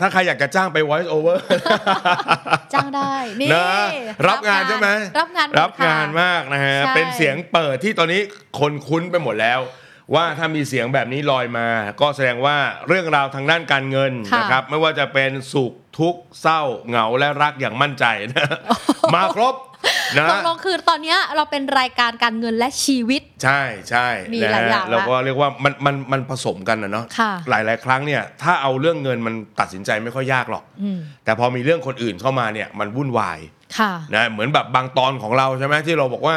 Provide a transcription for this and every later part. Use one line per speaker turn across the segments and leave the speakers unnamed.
ถ้าใครอยากจะจ้างไป voice over
จ้างได้ นี่
นะรับงานใช่ไหม
รับงานหมด
รับงาน
ค่ะ
มากนะฮะ
ใช่
เป็นเสียงเปิดที่ตอนนี้คนคุ้นไปหมดแล้ว ว่าถ้ามีเสียงแบบนี้ลอยมา ก็แสดงว่าเรื่องราวทางด้านการเงินนะครับ ไม่ว่าจะเป็นสุขทุกข์เศร้าเหงาและรักอย่างมั่นใจ นะมาครบนะ
ตกลงคือตอนเนี้ยเราเป็นรายการการเงินและชีวิต
ใช่ใช่
มีหลาย
นะฮะ
อย่างละ
เราก็เรียกว่ามันมันมันผสมกันนะเนาะ
ค่ะ
หลายหลายๆครั้งเนี่ยถ้าเอาเรื่องเงินมันตัดสินใจไม่ค่อยยากหรอก
อืม
แต่พอมีเรื่องคนอื่นเข้ามาเนี่ยมันวุ่นวาย
ค่ะ
นะเหมือนแบบบางตอนของเราใช่ไหมที่เราบอกว่า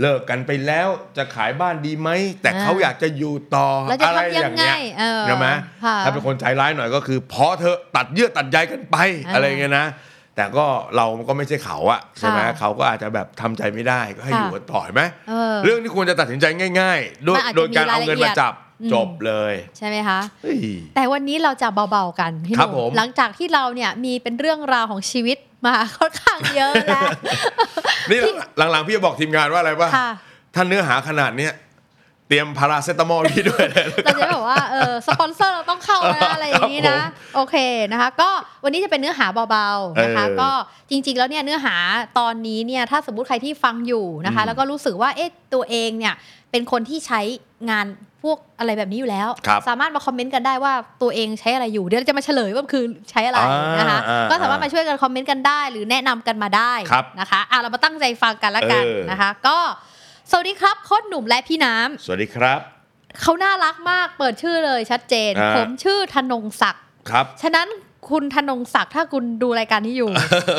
เลิกกันไปแล้วจะขายบ้านดีไหมแต่
อ่า
เขาอยากจะอยู่ต่อ
แล้วจะ
อะไร
ทำยั
อง ย่าง
ไง
เงี้ย
เออ
ใช่ไหม
ค่ะ
ถ้าเป็นคนใจร้ายหน่อยก็คือพอเธอะตัดเยื่อตัดใยกันไป
อ่า
อะไรเงี้ยนะ แต่ก็เราก็ไม่ใช่เขาอะใช่ไหม
ค่ะ
เขาก็อาจจะแบบทำใจไม่ได้ก็ให้
ค่ะ
อยู่กันต่อเห็นไหม
เออ
เรื่องที่ควรจะตัดสินใจง่ายๆ โดย
มันอาจจะ
โดยการเอาเงิน
มีรายละเอี
มาย
ด
จับ
อืม
จบเลย
ใช่ไหมคะ
เฮ้ย
แต่วันนี้เราจะเบาๆกันพี่ห
ครับผ
นุ่
ม
มหลังจากที่เราเนี่ยมีเป็นเรื่องราวของชีวิตมาค่อนข้างเยอะแล้ว
นี่หลังๆ พี่จะบอกทีมงานว่าอะไรป่ะ
ค่ะ
ถ้าเนื้อหาขนาดเนี้ยเตรียมพาราเซตามอลพี่ด้วย
เราจะได้บอกว่าเออสปอนเซอร์เราต้องเข้านะอะไรอย่างนี้นะ โอเคนะคะ ก็วันนี้จะเป็นเนื้อหาเบาๆนะคะ
เออ
ก็จริงๆแล้วเนี่ยเนื้อหาตอนนี้เนี่ยถ้าสมมติใครที่ฟังอยู่นะคะ
อืม
แล้วก็รู้สึกว่าเอ๊ะตัวเองเนี่ยเป็นคนที่ใช้งานพวกอะไรแบบนี้อยู่แล้ว
ครับ
สามารถมาคอมเมนต์กันได้ว่าตัวเองใช้อะไรอยู่เดี๋ยวเราจะมาเฉลยว่ามันคือใช้อะไรนะคะ
อ่า
ก็สามารถมาช่วยกันคอมเมนต์กันได้ หรือแนะนำกันมาได้
ครับ
นะคะอ่ะเรามาตั้งใจฟังกันละกัน
เออ
นะคะ ก็สวัสดีครับโค้ชหนุ่มและพี่น้ำ
สวัสดีครับ
เขาน่ารักมาก เปิดชื่อเลยชัดเจน
อ่า
ผมชื่อธนงศักดิ์
ครับ
ฉะนั้นคุณธนงศักดิ์ถ้าคุณดูรายการ นี้อยู่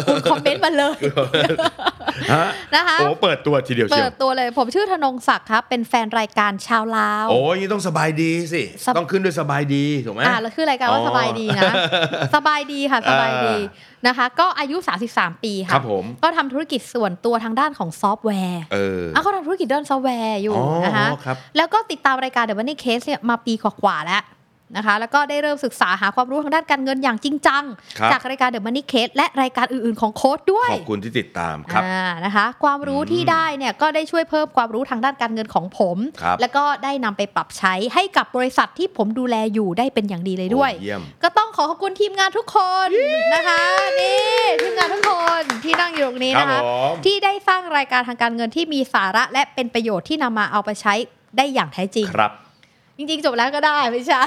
คุณคอมเมนต์มาเลย
ฮะ
นะคะ
โอ้เปิดตัวทีเดียวเชี
เปิ
ยว
ดตัวเลย ผมชื่อธนงศักดิ์ครับ เป็นแฟนรายการชาวลาว
โอ้ยนี่ต้องสบายดีสิ
สบ
ต้องขึ้นด้วยสบายดีถูกไหม
อ่าแล้วคือรายการว่า
อ๋อ
สบายดี นะ สบายดีค่ะสบายดี
อ่
นะคะ ก็อายุ 33 ปีค่ะ
ครับผม
ก็ทำธุรกิจส่วนตัวทางด้านของซอฟต์แวร์
เออ
อ่ะเขาทำธุรกิจด้านซอฟต์แวร์อยู่
อ๋อ
นะคะ
ครับ
แล้วก็ติดตามรายการ The Money Case เนี่ยมาปีกว่าๆแล้วนะคะ แล้วก็ได้เริ่มศึกษาหาความรู้ทางด้านการเงินอย่างจริงจัง
ครับ
จากรายการ The Money Case และรายการอื่น ๆ ของโค้ดด้วย
ขอบคุณที่ติดตามครับ
อ่านะคะ ความรู้ที่ได้เนี่ยก็ได้ช่วยเพิ่มความรู้ทางด้านการเงินของผม
ครับ
แล้วก็ได้นำไปปรับใช้ให้กับบริษัทที่ผมดูแลอยู่ได้เป็นอย่างดีเลยด้วย
โอ้เยี่ยม
ก็ต้องขอขอบคุณทีมงานทุกคนนะคะนี่ทีมงานทุกคนที่นั่งอยู่ตรงนี้นะ
ครั
คะ
บผม
ที่ได้สร้างรายการทางการเงินที่มีสาระและเป็นประโยชน์ที่นำมาเอาไปใช้ได้อย่างแท้จริง
ครับ
จริงๆ จบแล้วก็ได้ไม่ใช่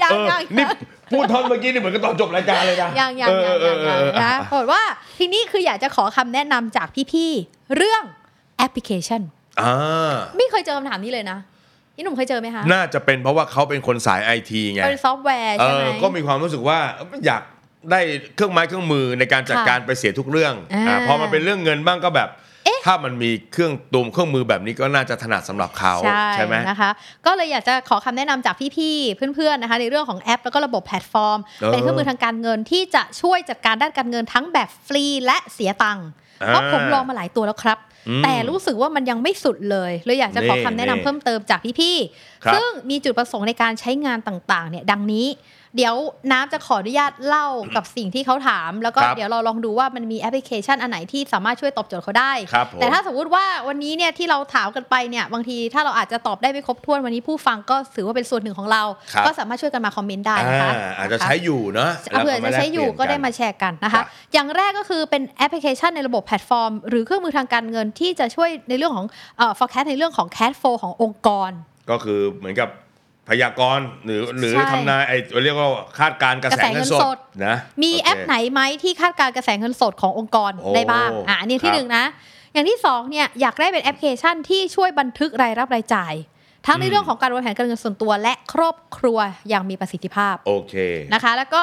ยัง
เออ
ยัง
นี่พูดท่อนเมื่อกี้นี่เหมือนกับตอนจบรายการเลยนะ
ยังยังยังยังยัง
เออเออเออเออ
นะปรากฏว่าทีนี้คืออยากจะขอคำแนะนำจากพี่ๆ เรื่องแอปพลิเคชัน
อ่า
ไม่เคยเจอคำถามนี้เลยนะพี่หนุ่มเคยเจอไหมคะ
น่าจะเป็นเพราะว่าเขาเป็นคนสายไอทีไง
เป็นซอฟต์แวร์
เอ
ใช่ไห
อ
ม
ก็มีความรู้สึกว่าอยากได้เครื่องไม้เครื่องมือในการจัด
ค่ะ
การไปเสียทุกเรื่อง
อ่า
อ่าพอมันเป็นเรื่องเงินบ้างก็แบบ
เอ๊ะ
ถ้ามันมีเครื่องตูมเครื่องมือแบบนี้ก็น่าจะถนัดสำหรับเขาใช่ไหม
นะคะ ก็เลยอยากจะขอคำแนะนำจากพี่ๆ เพื่อนๆ นะคะ ในเรื่องของแอป แล้วก็ระบบแพลตฟอร์ม
เออ
เป็นเครื่องมือทางการเงินที่จะช่วยจัดการด้านการเงินทั้งแบบฟรีและเสียตังค์
อ่า
เพราะผมลองมาหลายตัวแล้วครับ
อืม
แต่รู้สึกว่ามันยังไม่สุดเลย เลยอยากจะขอคำแนะนำ
นี่
เพิ่มเติมจากพี่
ค
ๆ
รับ
ซึ่งมีจุดประสงค์ในการใช้งานต่างๆ เนี่ยดังนี้ เดี๋ยวน้ำจะขออนุญาตเล่ากับสิ่งที่เขาถาม แล้วก็
ครับ
เดี๋ยวเราลองดูว่ามันมีแอปพลิเคชันอันไหนที่สามารถช่วยตอบโจทย์เขาได้
ครับผม
แต่ถ้า ถ้าสมมติว่าวันนี้เนี่ยที่เราถามกันไปเนี่ยบางทีถ้าเราอาจจะตอบได้ไม่ครบถ้วนวันนี้ผู้ฟังก็ถือว่าเป็นส่วนหนึ่งของเรา
ครับ
ก็สามารถช่วยกันมาคอมเมนต์ได้นะคะ
อ่าอาจจะใช้อยู่เนอะ
เอาเผื่อจะใช้อยู่ก็ได้มา
แลเปลี่น
แชร์กันนะ
ครั
คะ
บ
อย่างแรกก็คือเป็นแอปพลิเคชันในระบบแพลตฟอร์ม หรือเครื่องมือทางการเงินที่จะช่วยในเรื่องของเอ่อ forecast ในเรื่องของ cash flow ขององค์กร
นก็คือเหมือนกับพยากรณ์หรือหรือ
ใช่
ทำนายไอ้เรียกว่าคาดการณ์กระแสเงิน
ก
ส
ระแสเงินสด
ดนะ
มี
โเค
แอปไหนไหมที่คาดการณ์กระแสเงินสดขององค์กร
โอ้
ได้บ้างอ่ะอันนี้ที่
ครับ
หนึ่งนะ อย่างที่สองเนี่ยอยากได้เป็นแอปพลิเคชันที่ช่วยบันทึกรายรับรายจ่าย ทั้งใน
อืม
เรื่องของการวางแผนการเงินส่วนตัวและครอบครัวอย่างมีประสิทธิภาพ
โอเค
นะคะ แล้วก็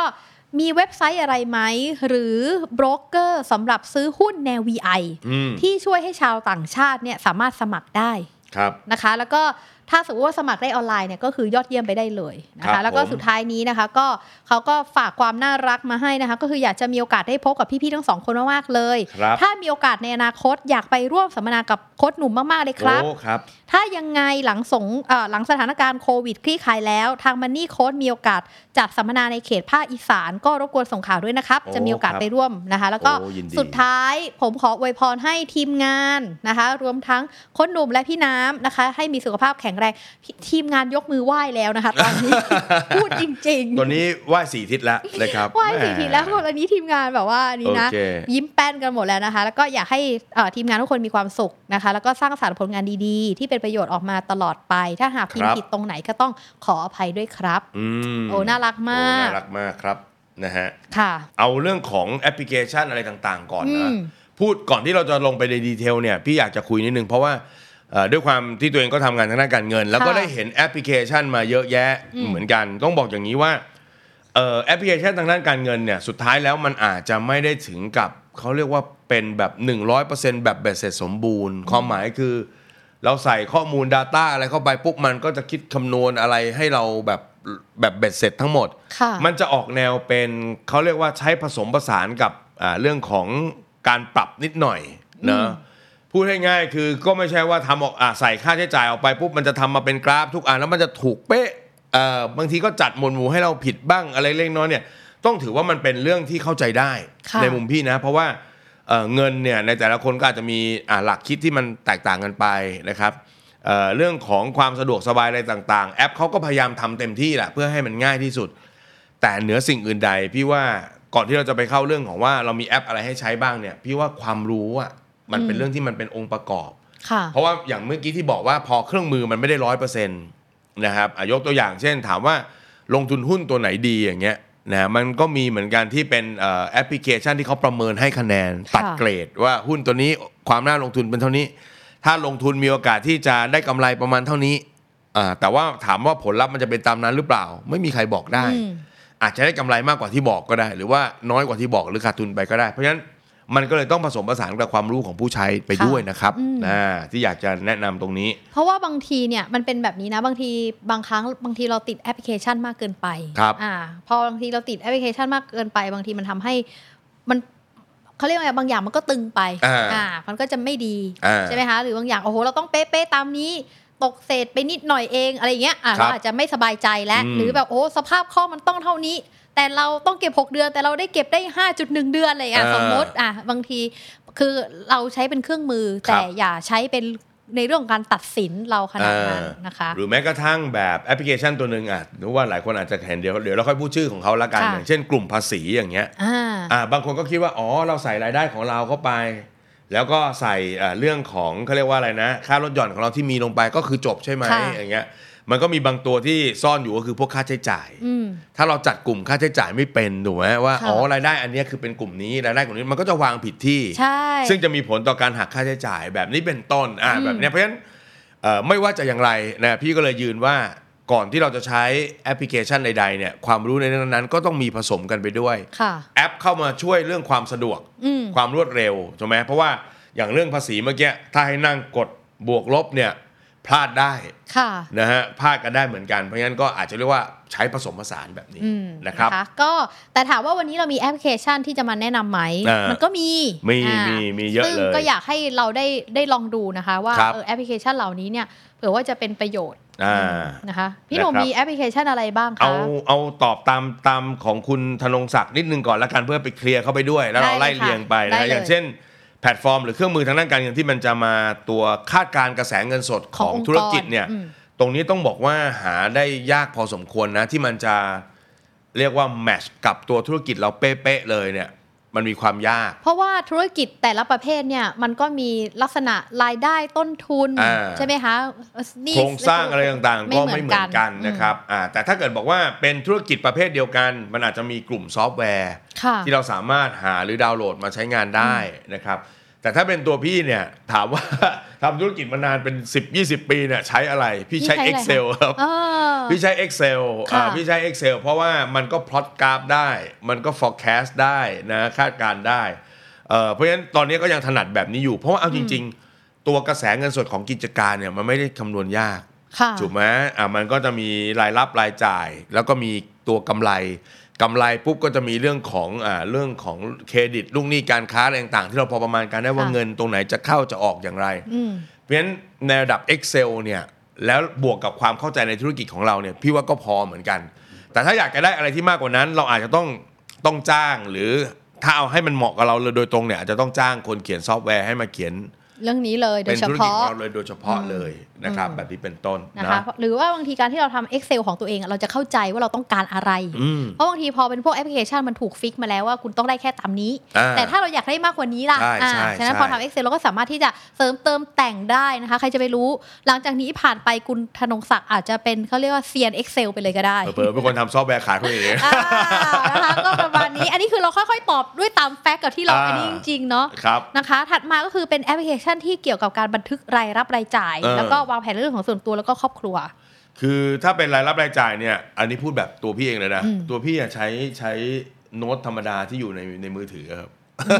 มีเว็บไซต์อะไรไหม หรือโบรกเกอร์สำหรับซื้อหุ้นแนว VI
อืม
ที่ช่วยให้ชาวต่างชาติเนี่ยสามารถสมัครได้
ครับ
นะคะ แล้วก็ ถ้าสมมติว่าสมัครได้ออนไลน์เนี่ยก็คือยอดเยี่ยมไปได้เลยนะ
ครั
คะ
บ
แล้วก็
ผม
สุดท้ายนี้นะคะ ก็เขาก็ฝากความน่ารักมาให้นะคะ ก็คืออยากจะมีโอกาสได้พบกับพี่ๆทั้งสองคนมากๆเลย
ครับ
ถ้ามีโอกาสในอนาคตอยากไปร่วมสัมมนากับโค้ชหนุ่มมากๆเลยครับ
โอ้ครับ
ถ้ายังไงหลังสงเอ่อหลังสถานการณ์โควิดคลี่คลายแล้ว ทางมันนี่โค้ดมีโอกาสจัดสัมมนาในเขตภาคอีสานก็รบกวนส่งข่าวด้วยนะครับ
โอ้
จะมีโอกาส
ครับ
ไปร่วมนะคะ แล้วก็
โอ้ยินดี
สุดท้ายผมขออวยพรให้ทีมงานนะคะ รวมทั้งโค้นหนุ่มและพี่น้ำนะคะ ให้มีสุขภาพแข็งแรงพี่ทีมงานยกมือไหว้แล้วนะคะ ตอน นี้ พูดจริง
ตัวนี้ไหว้สี่ทิศแล้วนะครับ
ไหว้สี่
ม่
ทีแล้วคนอันนี้ทีมงานแบบว่านี่นะ
โอเค
ยิ้มแป้นกันหมดแล้วนะคะ แล้วก็อยากให้เอ่อทีมงานทุกคนมีความสุขนะคะ แล้วก็สร้างสารรค์ผลงานดีๆ ที่เป็นประโยชน์ออกมาตลอดไป ถ้าหากพิม
ค
พ์
รับ
ผิดตรงไหนก็ต้องขออภัยด้วยครับ
อืม
โอ้น่ารักมาก
โอ้น่ารักมากครับนะฮะ
ค่ะ
เอาเรื่องของแอปพลิเคชันอะไรต่างๆ ก่อนนะ
อืม
พูดก่อนที่เราจะลงไปในดีเทลเนี่ยพี่อยากจะคุยนิดนึง เพราะว่าเอ่อด้วยความที่ตัวเองก็ทำงานทางด้านการเงิน แล้วก็
ค่ะ
ได้เห็นแอปพลิเคชันมาเยอะแยะ
อืม
เหมือนกัน ต้องบอกอย่างนี้ว่าเอ่อแอปพลิเคชันทางด้านการเงินเนี่ยสุดท้ายแล้วมันอาจจะไม่ได้ถึงกับเขาเรียกว่าเป็นแบบ 100%แบบเบ็ดเสร็จสมบูรณ์ ความหมายคือ เราใส่ข้อมูล Data อะไรเข้าไปปุ๊บมันก็จะคิดคำนวณอะไรให้เราแบบแบบเบ็ดเสร็จทั้งหมด
ค่ะ
มันจะออกแนวเป็นเขาเรียกว่าใช้ผสมผสานกับอ่าเรื่องของการปรับนิดหน่อยเนอะพูดให้ง่ายๆคือก็ไม่ใช่ว่าทำออกอ่าใส่ค่าใช้จ่ายออกไปปุ๊บมันจะทำมาเป็นกราฟทุกอันแล้วมันจะถูกเป๊ะเอ่อบางทีก็จัดหมวดหมู่ให้เราผิดบ้างอะไรเล็กน้อยเนี่ยต้องถือว่ามันเป็นเรื่องที่เข้าใจได้
ค่ะ
ในมุมพี่นะ เพราะว่าเอ่อเงินเนี่ยในแต่ละคนก็อาจจะมีอ่าหลักคิดที่มันแตกต่างกันไปนะครับเอ่อเรื่องของความสะดวกสบายอะไรต่างๆ แอปเขาก็พยายามทำเต็มที่แหละเพื่อให้มันง่ายที่สุด แต่เหนือสิ่งอื่นใด พี่ว่าก่อนที่เราจะไปเข้าเรื่องของว่าเรามีแอปอะไรให้ใช้บ้างเนี่ย พี่ว่าความรู้อ่ะมันเป็นเรื่องที่มันเป็นองค์ประกอบ
ค่ะ
เพราะว่าอย่างเมื่อกี้ที่บอกว่าพอเครื่องมือมันไม่ได้ร้อยเปอร์เซ็นต์นะครับอ่ะยกตัวอย่างเช่นถามว่าลงทุนหุ้นตัวไหนดีอย่างเงี้ยนะมันก็มีเหมือนกันที่เป็นเอ่อแอปพลิเคชันที่เขาประเมินให้คะแนน ตัด
ค่ะ
เกรดว่าหุ้นตัวนี้ความน่าลงทุนเป็นเท่านี้ ถ้าลงทุนมีโอกาสที่จะได้กำไรประมาณเท่านี้อ่าแต่ว่าถามว่าผลลัพธ์มันจะเป็นตามนั้นหรือเปล่า ไม่มีใครบอกได้
อืม
อาจจะได้กำไรมากกว่าที่บอกก็ได้ หรือว่าน้อยกว่าที่บอกหรือขาดทุนไปก็ได้ เพราะฉะนั้นมันก็เลยต้องผสมผสานกับความรู้ของผู้ใช้ไป
ค่ะ
ด้วยนะครับ
อืม
นะที่อยากจะแนะนำตรงนี้
เพราะว่าบางทีเนี่ยมันเป็นแบบนี้นะบางทีบางครั้งบางทีเราติดแอปพลิเคชันมากเกินไป
ครับ
อ่าพอบางทีเราติดแอปพลิเคชันมากเกินไป บางทีมันทำให้มันเขาเรียกว่าไงบางอย่างมันก็ตึงไป
อ่า
มันก็จะไม่ดี
อ่า
ใช่ไหมคะหรือบางอย่างโอ้โหเราต้องเป๊ะๆตามนี้ ตกเศษไปนิดหน่อยเองอะไรอย่างเงี้ยอ่ะ
ครับ
เราอาจจะไม่สบายใจแล้ว
อืม
หรือแบบโอ้สภาพข้อมันต้องเท่านี้ แต่เราต้องเก็บ 6 เดือน แต่เราได้เก็บได้ 5.1 เดือนอะไรอย่างเงี้ย
อ่า
สมมติอ่ะบางที คือเราใช้เป็นเครื่องมือ
ครั
แต่
บ
อย่าใช้เป็นในเรื่องของการตัดสินเราขนาดนั้น
อ่าน
นะคะ
หรือแม้กระทั่งแบบแอปพลิเคชันตัวหนึ่งอ่ะหรือว่าหลายคนอาจจะเห็นเดี๋ยวเดี๋ยวเราค่อยพูดชื่อของเขาละกัน
ค่ะ
อย่างเช่นกลุ่มภาษีอย่างเงี้ย
อ่า
อ่าบางคนก็คิดว่า อ๋อ เราใส่รายได้ของเราเข้าไป แล้วก็ใส่อ่าเรื่องของเขาเรียกว่าอะไรนะ ค่ารถหย่อนของเราที่มีลงไปก็คือจบใช่ไหม
ค่ะ
อย่างเงี้ย มันก็มีบางตัวที่ซ่อนอยู่ก็คือพวกค่าใช้จ่าย
อืม
ถ้าเราจัดกลุ่มค่าใช้จ่ายไม่เป็นถูกไหมว่า
ค่ะ
อ๋อ รายได้อันเนี้ยคือเป็นกลุ่มนี้ รายได้กลุ่มนี้ มันก็จะวางผิดที่
ใช่
ซึ่งจะมีผลต่อการหักค่าใช้จ่ายแบบนี้เป็นต้นอ่า
อืม
แบบเนี้ยเพราะฉะนั้นเอ่อไม่ว่าจะอย่างไรนะพี่ก็เลยยืนว่าก่อนที่เราจะใช้แอปพลิเคชันใดๆเนี่ยความรู้ในเรื่องนั้นๆก็ต้องมีผสมกันไปด้วย
ค่ะ
แอปเข้ามาช่วยเรื่องความสะดวก
อืม
ความรวดเร็วใช่ไหมเพราะว่าอย่างเรื่องภาษีเมื่อกี้ถ้าให้นั่งกดบวกลบเนี่ยพลาดได้
ค่ะ
นะฮะพลาดกันได้เหมือนกันเพราะงั้นก็อาจจะเรียกว่าใช้ผสมผสานแบบนี้
อืม
นะครับ
ก็แต่ถามว่าวันนี้เรามีแอปพลิเคชันที่จะมาแนะนำไหม
อ่ามั
มันก็มี
มี
อ่า
มีมีเยอะ
ซึ่ง
เลย
ก็อยากให้เราได้ได้ลองดูนะคะ ว่า
ครับ
เออแอปพลิเคชันเหล่านี้เนี่ยเผื่อว่าจะเป็นประโยชน์
อ่า
นะคะ พี่หนุ่ม
นะครับ
มีแอปพลิเคชันอะไรบ้างคะ
เอาเอาตอบตามตามของคุณธนงศักดิ์นิดนึงก่อนละกันเพื่อไปเคลียร์เข้าไปด้วย แล้วเรา
ได้
ไล่
เลยค่ะ
เรียงไป
ได้เล
นะ
ย
อย่างเช่น แพลตฟอร์ม หรือเครื่องมือทางด้านการเงินที่มันจะมาตัวคาดการณ์กระแสเงินสด
ข
ข
อ
อง ง
องค์กร
ธุรกิจเนี่ย
อืม
ตรงนี้ต้องบอกว่าหาได้ยากพอสมควรนะ ที่มันจะเรียกว่าแมชกับตัวธุรกิจเราเป๊ะๆเลยเนี่ยมันมีความยาก
เพราะว่าธุรกิจแต่ละประเภทเนี่ยมันก็มีลักษณะรายได้ต้นทุน
อ่า
ใช่ไหมคะหนี้
โครงสร้างอะไรต่างๆ ก็ไม่เหมือนกันนะครับอ่าแต่ถ้าเกิดบอกว่าเป็นธุรกิจประเภทเดียวกัน มันอาจจะมีกลุ่มซอฟต์แวร์
ค่ะ
ที่เราสามารถหาหรือดาวน์โหลดมาใช้งานได้นะครับ แต่ถ้าเป็นตัวพี่เนี่ยถาม ว่า ทำธุรกิจมานานเป็น 10 20 ปีเนี่ยใช้อะไร พี่ใช้
พี่ใช้อะไร
Excel ครับ
เออ
พี่ใช้ Excel อ่า
ค่ะ
พี่ใช้ Excel เพราะว่ามันก็พลอตกราฟได้ มันก็ forecast ได้นะคาดการณ์ได้เอ่อเพราะฉะนั้นตอนนี้ก็ยังถนัดแบบนี้อยู่ เพราะว่าเอาจริง ๆ ตัวกระแสเงินสดของกิจการเนี่ยมันไม่ได้คำนวณยาก
ค่ะ
ถูกไหมอ่ะมันก็จะมีรายรับรายจ่าย แล้วก็มีตัวกำไรกำไรปุ๊บก็จะมีเรื่องของอ่าเรื่องของเครดิตลูกหนี้การค้าอะไรต่างๆ ที่เราพอประมาณการได้ว่า
ค่ะ
เงินตรงไหนจะเข้าจะออกอย่างไร
อืม
เพราะฉะนั้นในระดับ Excel เนี่ยแล้วบวกกับความเข้าใจในธุรกิจของเราเนี่ยพี่ว่าก็พอเหมือนกัน แต่ถ้าอยากจะได้อะไรที่มากกว่านั้น เราอาจจะต้องต้องจ้างหรือถ้าเอาให้มันเหมาะกับเราเลยโดยตรงเนี่ยอาจจะต้องจ้างคนเขียนซอฟต์แวร์ให้มาเขียน
เรื่องนี้เลยโด
เป็
ย
น
เฉ
ธุรกิจ
พาะ
ของเราเลยโดยเฉพาะเลยนะครับ
อืม
แบบนี้เป็นต้น
นะ
นะคะ
หรือว่าบางทีการที่เราทำ Excel ของตัวเองอะเราจะเข้าใจว่าเราต้องการอะไร
อืม
เพราะบางทีพอเป็นพวกแอปพลิเคชันมันถูกฟิกมาแล้วว่าคุณต้องได้แค่ตามนี้
อ่า
แต่ถ้าเราอยากได้มากกว่านี้ล่ะ
ใช่
อ่า
ใช่
ฉะนั้น
ใช่
พอทำ Excel เราก็สามารถที่จะเสริมเติมแต่งได้นะคะ ใครจะไปรู้ หลังจากนี้ผ่านไปคุณธนงศักดิ์อาจจะเป็นเขาเรียกว่าเซียน Excel ไปเลยก็ได้
เผลอๆเป็นคนทำซอฟต์แวร์ขายคนอื่นเอง
อ่านะคะก็ประมาณนี้ อันนี้คือเราค่อยๆ ตอบด้วยตามแฟกต์กับที่เรา
อ่า
อันนี้จริงๆเนาะ
ครับ
นะคะ ถัดมาก็คือเป็นแอปพลิเคชันที่เกี่ยวกับการบันทึกรายรับรายจ่าย
เออ
แล้วก็วางแผนเรื่องของส่วนตัวแล้วก็ครอบครัว
คือถ้าเป็นรายรับรายจ่ายเนี่ย อันนี้พูดแบบตัวพี่เองเลยนะ
อืม
ตัวพี่อะใช้ใช้โน้ตธรรมดาที่อยู่ในในมือถือครับ
เอ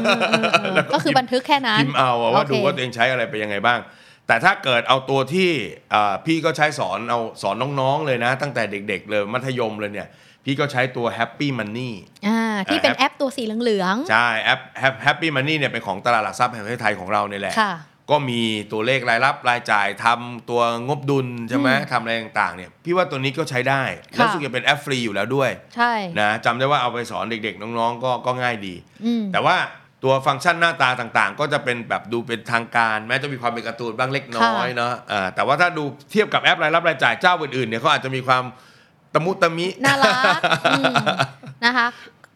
อ
แล้วก็
ก็คือบันทึกแค่นั้น
พิมพ์เอาอะว่า
โค
ดูว่าตัวเองใช้อะไรไปยังไงบ้าง แต่ถ้าเกิดเอาตัวที่อ่าพี่ก็ใช้สอนเอาสอนน้องๆเลยนะ ตั้งแต่เด็กๆเลยมัธยมเลยเนี่ย พี่ก็ใช้ตัว Happy Money
อ่าที่เป็น
อ่า
แอปตัวสีเหลือง
ใช่แอป Happy Money เนี่ยเป็นของตลาดหลักทรัพย์แห่งประเทศไทยของเราเนี่ยแหละ
ๆ ค่ะ
ก็มีตัวเลขรายรับรายจ่ายทำตัวงบดุลใช่ไหมทำอะไรต่างๆเนี่ยพี่ว่าตัวนี้ก็ใช้ได้
ค่ะ
และรู้สุกจะเป็นแอปฟรีอยู่แล้วด้วย
ใช่
นะจำได้ว่าเอาไปสอนเด็กๆ น้องๆ ก็ก็ง่ายดี
อืม
แต่ว่าตัวฟังก์ชันหน้าตาต่างๆ ก็จะเป็นแบบดูเป็นทางการ แม้จะมีความเป็นการ์ตูนบ้างเล็กน้อย
ค่ะ
เนาะอ่าแต่ว่าถ้าดูเทียบกับแอปรายรับรายจ่ายเจ้าอื่นๆเนี่ยเขาอาจจะมีความตะมุตะมิ
น่ารักอืมนะคะ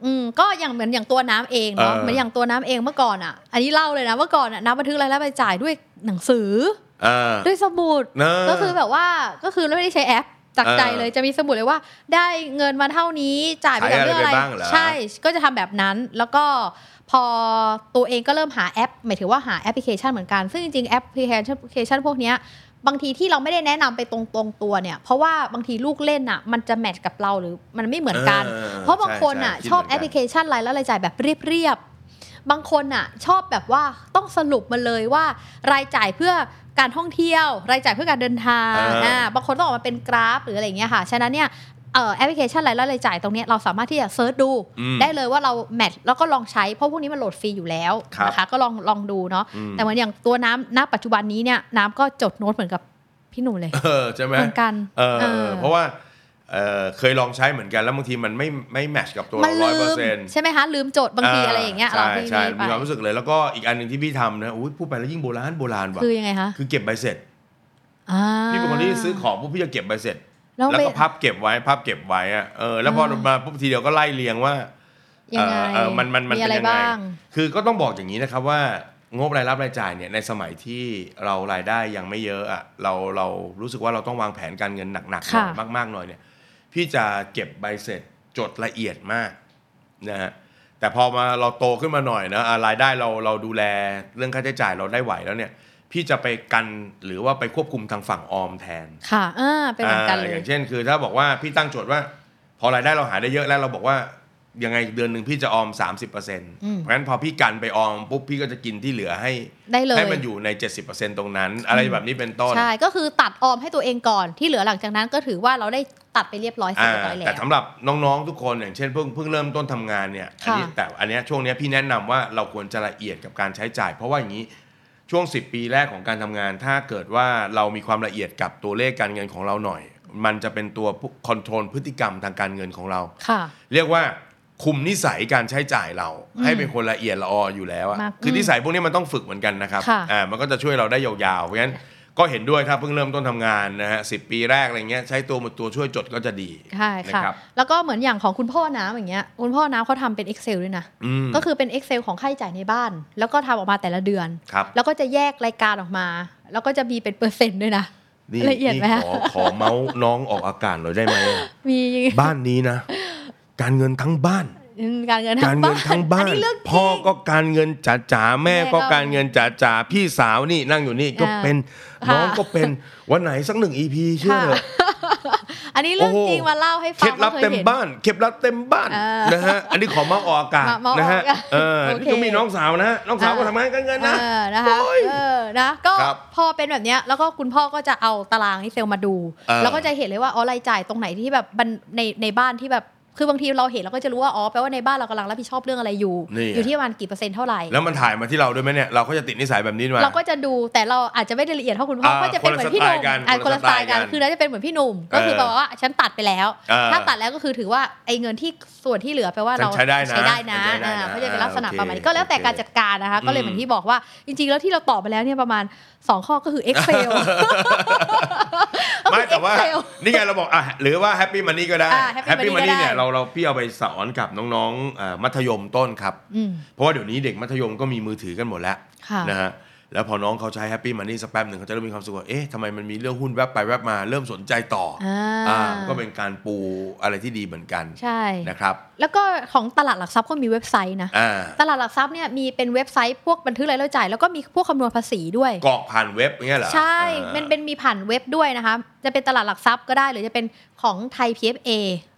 อืมก็อย่างเหมือนอย่างตัวน้ำเองเนาะ
เออ
เหมือนอย่างตัวน้ำเองเมื่อก่อนอ่ะ อันนี้เล่าเลยนะเมื่อก่อนอ่ะน้ำบันทึกรายรับรายจ่ายด้วยหนังสือ
เออ
ด้วยสมุด
เนอะ
ก็คือแบบว่าก็คือไม่ได้ใช้แอปจากใจ
เออ
เลยจะมีสมุดเลยว่า ได้เงินมาเท่านี้จ่ายไปกับเรื่องอะไร
ใช้อะไรไปบ้างเหรอ
ใช่ก็จะทำแบบนั้นแล้วก็พอตัวเองก็เริ่มหาแอป หมายถึงว่าหาแอปพลิเคชันเหมือนกัน ซึ่งจริงๆแอปพลิเคชันเคชันพวกเนี้ยบางทีที่เราไม่ได้แนะนำไปตรงๆตัวเนี่ย เพราะว่าบางทีลูกเล่นอ่ะมันจะแมทช์กับเราหรือมันไม่เหมือนกัน
เออ
เพราะบางคนอ่ะ
ใช่ใช่คิด
ชอบ
เหมือนกัน
แอปพลิเคชันรายแล้วรายจ่ายแบบเรียบๆ บางคนอ่ะชอบแบบว่าต้องสรุปมาเลยว่า รายจ่ายเพื่อการท่องเที่ยว รายจ่ายเพื่อการเดินทาง
อ่า
อ่าบางคนต้องออกมาเป็นกราฟหรืออะไรอย่างเงี้ยค่ะ ฉะนั้นเนี่ยเอ่อแอปพลิเคชันรายรับรายจ่ายตรงเนี้ยเราสามารถที่จะเซิร์ชดู
อืม
ได้เลยว่าเราแมทแล้วก็ลองใช้เพราะพวกนี้มันโหลดฟรีอยู่แล้ว
ครับ
นะคะก็ลองลองดูเนาะ
อืม
แต่เหมือนอย่างตัวน้ำณปัจจุบันนี้เนี่ยน้ำก็จดโน้ตเหมือนกับพี่หนุ่มเลย
เออใช่ไหม
เหมือนกัน
เออ
อ
เอ
อ
อเพราะว่าเออเคยลองใช้เหมือนกันแล้วบางทีมันไม่ไม่แมทช์กับตัว
มัน
เราร้
ลื
อยเปอร์
ม
เซ็นต์
ใช่ไหมคะลืมโจทย์บางทีอะไรอย่างเงี้ยเรา
ใช่
ไม่
ใช่
ไม่
มีความ
ไป
รู้สึกเลยแล้วก็อีกอันหนึ่งที่พี่ทำนะอุ้ยพูดไปแล้วยิ่งโบราณโบราณว่ะ
คือยังไงคะ
คือเก็บใบเสร็จ
อ่า
พี่เป็นคนที่ซื้อของปุ๊บพี่จะเก็บใบเสร็จ
แล้ว
แล้ว
ไป
ก็พับเก็บไว้พับเก็บไว้อะเออแล้วพอ
อ่าม
มาปุ๊บทีเดียวก็ไล่เรียงว่า
ยั
เอง
ไง
อเออมันมันมัน
มี
เป็
อะ
น
ไร
ยังไง
บ้าง
คือก็ต้องบอกอย่างนี้นะครับว่างบรายรับรายจ่ายเนี่ยในสมัยที่เรารายได้ยังไม่เยอะอะเราเรารู้สึกว่าเราต้องวางแผนการเงินหนักๆหน่อย
ค่ะ
มากๆหน่อยเนี่ย พี่จะเก็บใบเสร็จจดละเอียดมากนะฮะแต่พอมาเราโตขึ้นมาหน่อยนะอ่ะรายได้เราเราดูแลเรื่องค่าใช้จ่ายเราได้ไหวแล้วเนี่ย พี่จะไปกันหรือว่าไปควบคุมทางฝั่งออมแทน
ค่ะอ่าเป็นเหมือนกัน
อ่า
เลย
อย่างเช่นคือถ้าบอกว่าพี่ตั้งโจทย์ว่า พอรายได้เราหาได้เยอะแล้วเราบอกว่ายังไงเดือนหนึ่งพี่จะออม 30%เพราะ
ม
ฉะนั้นพอพี่กันไปออมปุ๊บพี่ก็จะกินที่เหลือให้
ได้เลย
ให้มันอยู่ใน 70%ตรงนั้น อะไรแบบนี้เป็นต้น
ใช่ก็คือตัดออมให้ตัวเองก่อนที่เหลือหลังจากนั้นก็ถือว่าเราได้ตัดไปเรียบร้อยเสร็จเรี
อ่า
ยบร้อยแล้
แต่
ว
สำหรับน้องๆทุกคนอย่างเช่นเพิ่งเพิ่งเริ่มต้นทำงานเนี่ยอันนี้
ค่ะ
แต่อันเนี้ยช่วงเนี้ยพี่แนะนำว่าเราควรจะละเอียดกับการใช้จ่าย เพราะว่าอย่างนี้ช่วง 10 ปีแรกของการทำงาน ถ้าเกิดว่าเรามีความละเอียดกับตัวเลขการเงินของเราหน่อย มันจะเป็นตัวคอนโทรลพฤติกรรมทางการเงินของเรา
ค่ะ
เรียกว่าคุมนิสัยการใช้จ่ายเรา ให้เป็นคนละเอียดละอออยู่แล้วอะ
มาก
คือนิสัยพวกนี้มันต้องฝึกเหมือนกันนะครับ
ค่ะ
อ่ามันก็จะช่วยเราได้ยาวๆเพราะงั้นก็เห็นด้วยถ้าเพิ่งเริ่มต้นทำงานนะฮะสิปีแรกอะไรเงี้ยใช้ตัวมันตัวช่วยจดก็จะดี
ใช่
นะ
ค่ะ
ครับ
แล้วก็เหมือนอย่างของคุณพ่อน้ำอย่างเงี้ยคุณพ่อน้ำเขาทำเป็น Excel ด้วยนะ
อืม
ก็คือเป็น Excel ของค่าใช้จ่ายในบ้าน แล้วก็ทำออกมาแต่ละเดือน
ครับ
แล้วก็จะแยกรายการออกมา แล้วก็จะมีเป็นเปอร์เซ็นต์ด้วยนะ
นี่
ละเอียด
นี่
ไหมฮะ
ขอขอเมาส์น้องออกอากาศหน่อยได้ไหม อะ
มี
บ้านนี้นะ การเงินทั้งบ้าน
การเงิน
การเงินทั้งบ้า
อั
น
นนี้เรื่องจริง
พ่อก็การเงินจ๋าจ๋าๆแม่
แม่ก็
ก็การเงินจ๋าจ๋าๆพี่สาวนี่นั่งอยู่นี่ก็
อ่า
เป็น
ค่ะ
น้องก็เป็นวันไหนสักหนึ่งอีพีเชื่อ
ค่ะ
เถอะ
อันนี้เรื่อง
โโห
จริงมาเล่าให้ฟั
เคล็
ง
ดลับ
พราะคย
เต็ม
ห็น
บ้านเคล็ดลับเต็มบ้าน
อ่าน
นะฮะอันนี้ขอมาออกอากาศ
มามาออก
นะฮะ
อากาศ
เออ
โอเค
นี่ก็มีน้องสาวนะน้องสาวก็ทำงานกันเงินนะ
เออนะคะ
โอ้ย
เออนะก็
ครับ
พอเป็นแบบเนี้ยแล้วก็คุณพ่อก็จะเอาตารางนี้เซลมาดู
เออ
แล้วก็จะเห็นเลยว่าอ๋อรายจ่ายตรงไหนที่แบบบันในในบ้านที่แบบคือบางทีเราเห็นเราก็จะรู้ว่าอ๋อแปลว่าในบ้านเรากำลังรับผิดชอบเรื่องอะไรอยู่
นี่ไง
อยู่ที่ประมาณกี่เปอร์เซ็นต์เท่าไหร่
แล้วมันถ่ายมาที่เราด้วยไหมเนี่ยเราก็จะติดนิสัยแบบนี้มา
เราก็จะดูแต่เราอาจจะไม่ได้ละเอียดเท่าคุณพ่อ
อ่า
ก็จะเป็นเหมือนพี่หนุ่มอ่า
คนละสไตล์กัน
คนละสไตล์คือเราจะเป็นเหมือนพี่หนุ่มก็คือแปลว่าฉันตัดไปแล้ว
เออ
ถ้าตัดแล้วก็คือถือว่าไอ้เงินที่ส่วนที่เหลือแปลว่าเรา
ฉันใช้ได้นะ
ใช้ได้นะ
ฉันใช้ได้นะ
อ่าเพราะจะเป็นลักษณะ
โอเค
ประมาณนี้ก็แล้วแต่การจัดการนะคะ ก็เลย
อืม
เหมือนที่บอกว่าจริง ๆ แล้วที่เราตอบไปแล้วเนี่ยประมาณ 2 ข้อก็คือ Excel
ไม่แต่ว่า
Excel
นี่ไงเราบอกอ่ะหรือว่าแฮปปี้มันนี่ก็ได้
อ่า Happy Money ก็ได้
เนี่ยเราเราพี่เอาไปสอนกับน้องๆเอ่อมัธยมต้นครับ
อืม
เพราะว่าเดี๋ยวนี้เด็กมัธยมก็มีมือถือกันหมดแล้ว
ค่ะ
นะฮะแล้วพอน้องเขาใช้แฮปปี้มันนี่สักแป๊บหนึ่งเขาจะเริ่มมีความสุขว่าเอ๊ะทำไมมันมีเรื่องหุ้นแวบไปแวบมาเริ่มสนใจต่ออา อ่าก็เป็นการปูอะไรที่ดีเหมือนกัน
ใช่
นะครับ
แล้วก็ของตลาดหลักทรัพย์ก็มีเว็บไซต์นะ
อ่า
ตลาดหลักทรัพย์เนี่ยมีเป็นเว็บไซต์พวกบันทึกรายรับจ่ายแล้วก็มีพวกคำนวณภาษีด้วย
กรอกผ่านเว็บอย่างเงี้ยเหรอ
ใช่
อ่า
มันเป็นมีผ่านเว็บด้วยนะคะ จะเป็นตลาดหลักทรัพย์ก็ได้ หรือจะเป็นของไทย PFA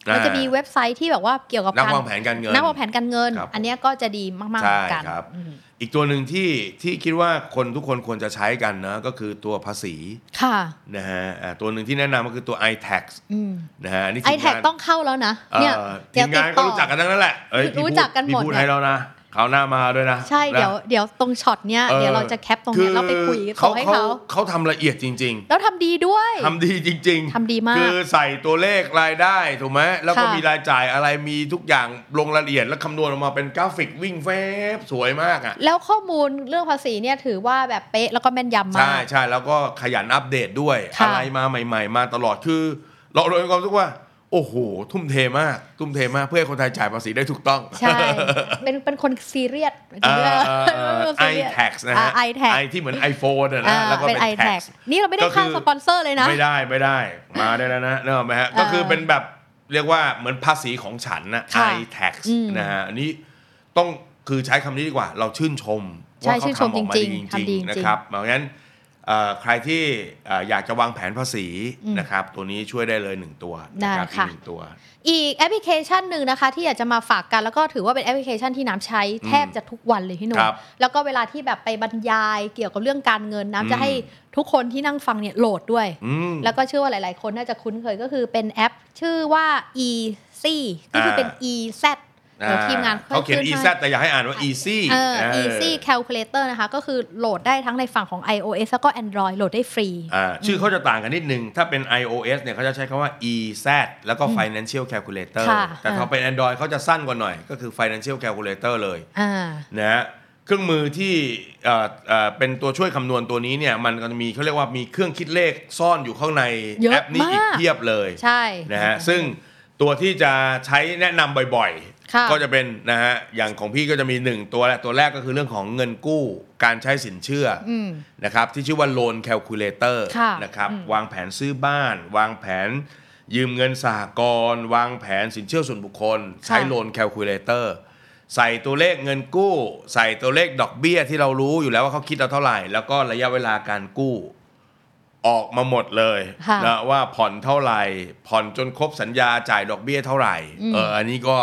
อ่ามั
มันจะมีเว็บไซต์ที่แบบว่าเกี่ยวกับ
นัก
การ
วางแผนการเงิน
นักวางแผนการเงิน
ครับ
อันเนี้ยก็จะดีมากๆ
ใช่
เหมือนกัน
ครับ
อืม
อีกตัวหนึ่งที่ที่คิดว่าคนทุกคนควรจะใช้กันนะก็คือตัวภาษี
ค่ะ
นะฮะอ่าตัวหนึ่งที่แนะนำก็คือตัว iTax
อืม
นะฮะอันนี้
ไอ
ทีม
แท็ก
งาน
ต้องเข้าแล้วนะ
เอ่
เนี่ย
อ
เดี๋
ที
ยว
ม
ติ
งาน
ด
ก็
ต่อ
รู้จักกันทั้งนั้นแหละเอ้ยพี่พูด
รู้จักกันหมด
พี่พูด
เนี่ย
ให้แล้วนะคราวหน้ามาด้วยนะ
ใช่
นะ
เดี๋ยวเดี๋ยวตรงช็อตเนี้ย
เออ
เดี๋ยวเราจะแคปตรงเนี้ยเราไปคุย
อ
เขาให้เขา
เขาทำละเอียดจริง
แล้วทำดีด้วย
ๆทำดีจริงๆ
ทำดีมาก
คือใส่ตัวเลขรายได้ถูกไหมแล้วก็
ค่ะ
มีรายจ่ายอะไรมีทุกอย่างลงรายละเอียดแล้วคำนวณออกมาเป็นกราฟิกวิ่งแฟบสวยมากอ่ะ
แล้วข้อมูลเรื่องภาษีเนี่ยถือว่าแบบเป๊ะแล้วก็แม่นยำ
ใช่
มาก
ใช่แล้วก็ขยันอัปเดตด้วย
ค่ะ
อะไรมาใหม่ ๆ มาตลอดคือ เราโดยความรู้สึกว่า โอ้โห ทุ่มเทมาก ทุ่มเทมากเพื่อให้คนไทยจ่ายภาษีได้ถูกต้อง
ใช่ เป็นเป็นคนซีเรียส
ไ
เป็นคน
อ
ซีเรียส
แท็กนะฮะ
ไอแท็ก
ไอที่เหมือน iPhone อะนะแล้วก็
เป็น
เป็น
i t a
tax
g นี่เราไม่ได้
ก็คือ
ค่าสปอนเซอร์เลยนะ
ไม่ได้ไม่ได้มาได้แล้วนะเนกอะไหมฮะก็คือเป็นแบบเรียกว่าเหมือนภาษีของฉันนะ
ค่ะ
i tax
อืม
นะฮะอันนี้ต้องคือใช้คำนี้ดีกว่า เราชื่นชม
ใช่
ว่าเขา
ชื่นชม
ทำออกมา
จริ
ดี
ง
จ
ๆทำดีจ
ริง
ริง
ๆนะครับเพราะงั้นเอ่อใครที่เอ่ออยากจะวางแผนภาษี
อืม
นะครับ ตัวนี้ช่วยได้เลยหนึ่งตัว
ได้
นะครับ
ค่ะ
อีกหนึ่งตัว
อีกแอปพลิเคชันหนึ่งนะคะ ที่อยากจะมาฝากกันแล้วก็ถือว่าเป็นแอปพลิเคชันที่น้ำใช้แทบจะทุกวันเลยพี่หนุ่
ค
ม
รับ
แล้วก็เวลาที่แบบไปบรรยายเกี่ยวกับเรื่องการเงินน้ำ
อืม
จะให้ทุกคนที่นั่งฟังเนี่ยโหลดด้วย
อืม
แล้วก็เชื่อว่าหลาย ๆ คนน่าจะคุ้นเคยก็คือเป็นแอป ชื่อว่า e c ก็คือเป็น e z เดี๋ยวทีมงาน
เขาเขียน
ขึ้
e
ให้
z แต่อยากให้อ่านว่า easy
เออ
เออ
easy calculator นะคะ ก็คือโหลดได้ทั้งในฝั่งของ iOS แล้วก็ Android โหลดได้ฟรี
อ่าชื่อเขาจะต่างกันนิดนึง ถ้าเป็น iOS เนี่ยเขาจะใช้คำว่า EZ แล้วก็ Financial Calculator
ค่ะ
แต่ถ้า
อ่า
เป็น Android เขาจะสั้นกว่าหน่อย ก็คือ Financial Calculator เลย
อ่า
นะฮะเครื่องมือที่เอ่อเอ่อเป็นตัวช่วยคำนวณตัวนี้เนี่ยมันก็จะมีเขาเรียกว่ามีเครื่องคิดเลขซ่อนอยู่ข้างใน
เยอะ
แอปนี้อีก
มาก
เทียบเลย
ใช่
นะฮะซึ่งตัวที่จะใช้แนะนำบ่อย
ค่ะ
ๆ ก็จะเป็นนะฮะอย่างของพี่ก็จะมีหนึ่งตัวแหละตัวแรกก็คือเรื่องของเงินกู้การใช้สินเชื่ออ
อืม
นะครับที่ชื่อว่า Loan Calculator
ค่ะ
นะครับ
อืม
วางแผนซื้อบ้าน วางแผนยืมเงินสหกรณ์วางแผนสินเชื่อส่วนบุคคล ใช้
ค่ะ
Loan Calculator ใส่ตัวเลขเงินกู้ ใส่ตัวเลขดอกเบี้ยที่เรารู้อยู่แล้วว่าเขาคิดเราเท่าไหร่ แล้วก็ระยะเวลาการกู้ ออกมาหมดเลย
ค่ะ
นะว่าผ่อนเท่าไหร่ ผ่อนจนครบสัญญาจ่ายดอกเบี้ยเท่าไหร่
อืม
เอออันนี้ก็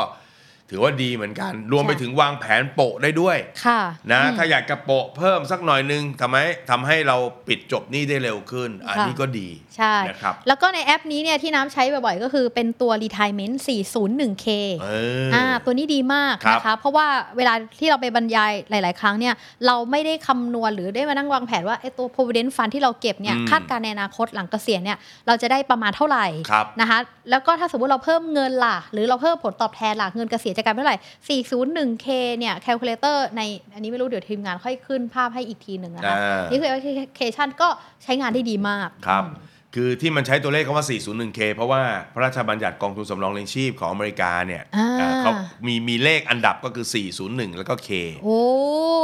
ถือว่าดีเหมือนกัน รวมไปถึงวางแผนโปะได้ด้วย
ค่ะ
นะถ้าอยากจะโปะเพิ่มสักหน่อยนึงทำให้ทำให้เราปิดจบหนี้ได้เร็วขึ้น อันนี้ก็ดี
ใช่
นะครับ
แล้วก็ในแอปนี้เนี่ยที่น้ำใช้บ่อยๆ ก็คือเป็นตัว retirement 401k
เอออ
อ่าตัวนี้ดีมาก
ครับ
นะคะ เพราะว่าเวลาที่เราไปบรรยายหลาย ๆ ครั้งเนี่ยเราไม่ได้คำนวณหรือได้มานั่งวางแผนว่าไอ้ตัว provident fund ที่เราเก็บเนี่ย
อืม
คาดการณ์ในอนาคตหลังเกษียณเนี่ยเราจะได้ประมาณเท่าไหร่
ครับ
นะคะแล้วก็ถ้าสมมติเราเพิ่มเงินล่ะ หรือเราเพิ่มผลตอบแทนล่ะเงินเกษียณจะกลายเป็นเท่าไหร่ 401k เนี่ย calculator ในอันนี้ไม่รู้เดี๋ยวทีมงานค่อยขึ้นภาพให้อีกทีหนึ่งนะคะ
อ่านี่
นี่คือแอปพลิเคชันก็ใช้งานได้ดีมาก
ครับ คือที่มันใช้ตัวเลขคำว่า 401k เพราะว่าพระราชบัญญัติกองทุนสำรองเลี้ยงชีพของอเมริกาเนี่ย
อ่า
อ่าเขามีมีเลขอันดับก็คือ 401 แล้วก็ K
โอ้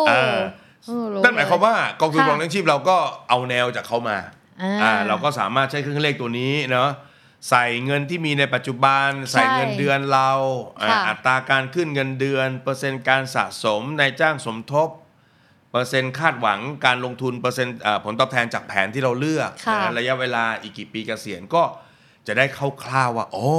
เออ
เออรู้
นั่นหมายความ
เล
ว่ากองทุนสำรอง
ค่ะ
เลี้ยงชีพเราก็เอาแนวจากเขามา
อ่า
อ่าเราก็สามารถใช้เครื่องเลขตัวนี้เนาะใส่เงินที่มีในปัจจุบัน ใส่เงินเดือนเราอ่า
ค่ะ
อัตราการขึ้นเงินเดือน เปอร์เซ็นต์การสะสมนายจ้างสมทบ เปอร์เซ็นต์คาดหวังการลงทุนเปอร์เซ็นต์อ่าผลตอบแทนจากแผนที่เราเลือก
ค่ะ
นะระยะเวลาอีกกี่ปีเกษียณก็ จะได้คร่าวๆว่าอ๋อ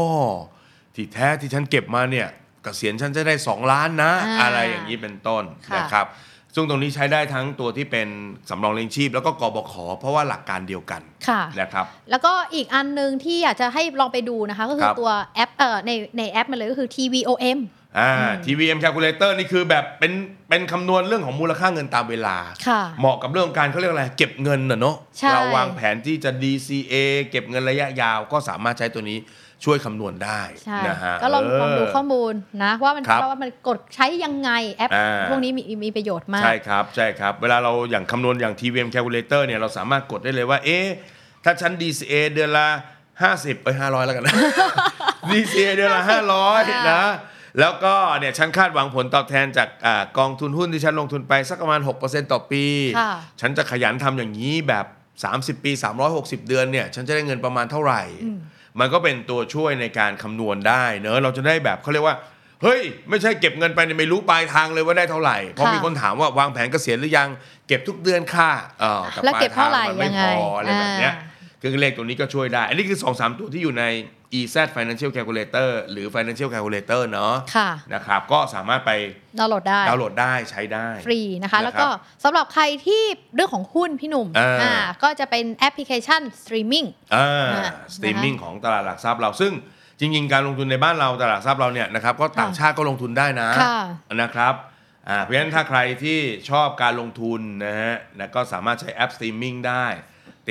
ที่แท้ที่ฉันเก็บมาเนี่ยเกษียณฉันจะได้ 2 ล้านนะ
อ่า
อะไรอย่างนี้เป็นต้น
ค่ะ
นะครับ ซึ่งตรงนี้ใช้ได้ทั้งตัวที่เป็นสำรองเลี้ยงชีพ แล้วก็กบขเพราะว่าหลักการเดียวกัน
ค่ะ
นะครับ
แล้วก็อีกอันหนึ่งที่อยากจะให้ลองไปดูนะคะ ก็คื
ค
อ
รับ
ตัวแอปเอ่อในในแอปมันเลยก็คือ TVOM
อ่า TVM calculator นี่คือแบบเป็นเป็นคำนวณเรื่องของมูลค่าเงินตามเวลา
ค่ะ
เหมาะกับเรื่องของการเขาเรียกอะไร เก็บเงินน่ะเนาะ
ใช่
เราวางแผนที่จะ DCA เก็บเงินระยะยาวก็สามารถใช้ตัวนี้ช่วยคำนวณได้
ใช่
นะฮะ
ก็ลอง
เล
องดู
อ
ข้อมูลนะว่ามัน
ครับ
ว่ามันกดใช้ยังไงแอป
อ่า
พวกนี้มีมีประโยชน์มาก
ใช่ครับ ใช่ครับ เวลาเราอย่างคำนวณอย่าง TVM calculator เนี่ยเราสามารถกดได้เลยว่า เอ๊ะ ถ้าฉัน DCA เดือนละ 50 เอ้ย 500 แล้วกันนะ DCA เดือนละ 500 นะ แล้วก็เนี่ยฉันคาดหวังผลตอบแทนจากอากองทุนหุ้นที่ฉันลงทุนไปสักประมาณ 6%ต่อปี
ค่ะ
ฉันจะขยันทำอย่างนี้แบบ 30 ปี 360 เดือนเนี่ย ฉันจะได้เงินประมาณเท่าไหร่ มันก็เป็นตัวช่วยในการคำนวณได้เนอะเราจะได้แบบเขาเรียกว่า เฮ้ย ไม่ใช่เก็บเงินไปเนี่ยไม่รู้ปลายทางเลยว่าได้เท่าไหร่ เพราะมีคนถามว่าวางแผนเกษียณหรือยัง เก็บทุกเดือนค่ะเออแต่
แล้ว
ปลา
เก็
ย
บ
ทา
เท่าง ไหร่
มันไม่
ยัง
พ
ไง
ออะไรแบบเนี้ย
อ่า
คือเลขตัวนี้ก็ช่วยได้ อันนี้คือ 2 3 ตัวที่อยู่ใน EZ Financial Calculator หรือ Financial Calculator เนอะ
ค่ะ
นะครับก็สามารถไป
ดาวน์โหลดได้
ดาวน์โหลดได้ใช้ได้
ฟรีนะคะ
นะครับ
แล้วก็สำหรับใครที่เรื่องของหุ้นพี่หนุ่ม
อ่า
อ่าก็จะเป็นแอปพลิเคชันสตรีมมิ่ง
อ่า
อ่า
สตรีมมิ่งของตลาดหลักทรัพย์เราซึ่งจริงๆ การลงทุนในบ้านเราตลาดหลักทรัพย์เราเนี่ยนะครับก็ต่างชาติก็ลงทุนได้นะ
ค่ะ
นะครับอ่าเพราะฉะนั้นถ้าใครที่ชอบการลงทุนนะฮะนะก็สามารถใช้แอปสตรีมมิ่งได้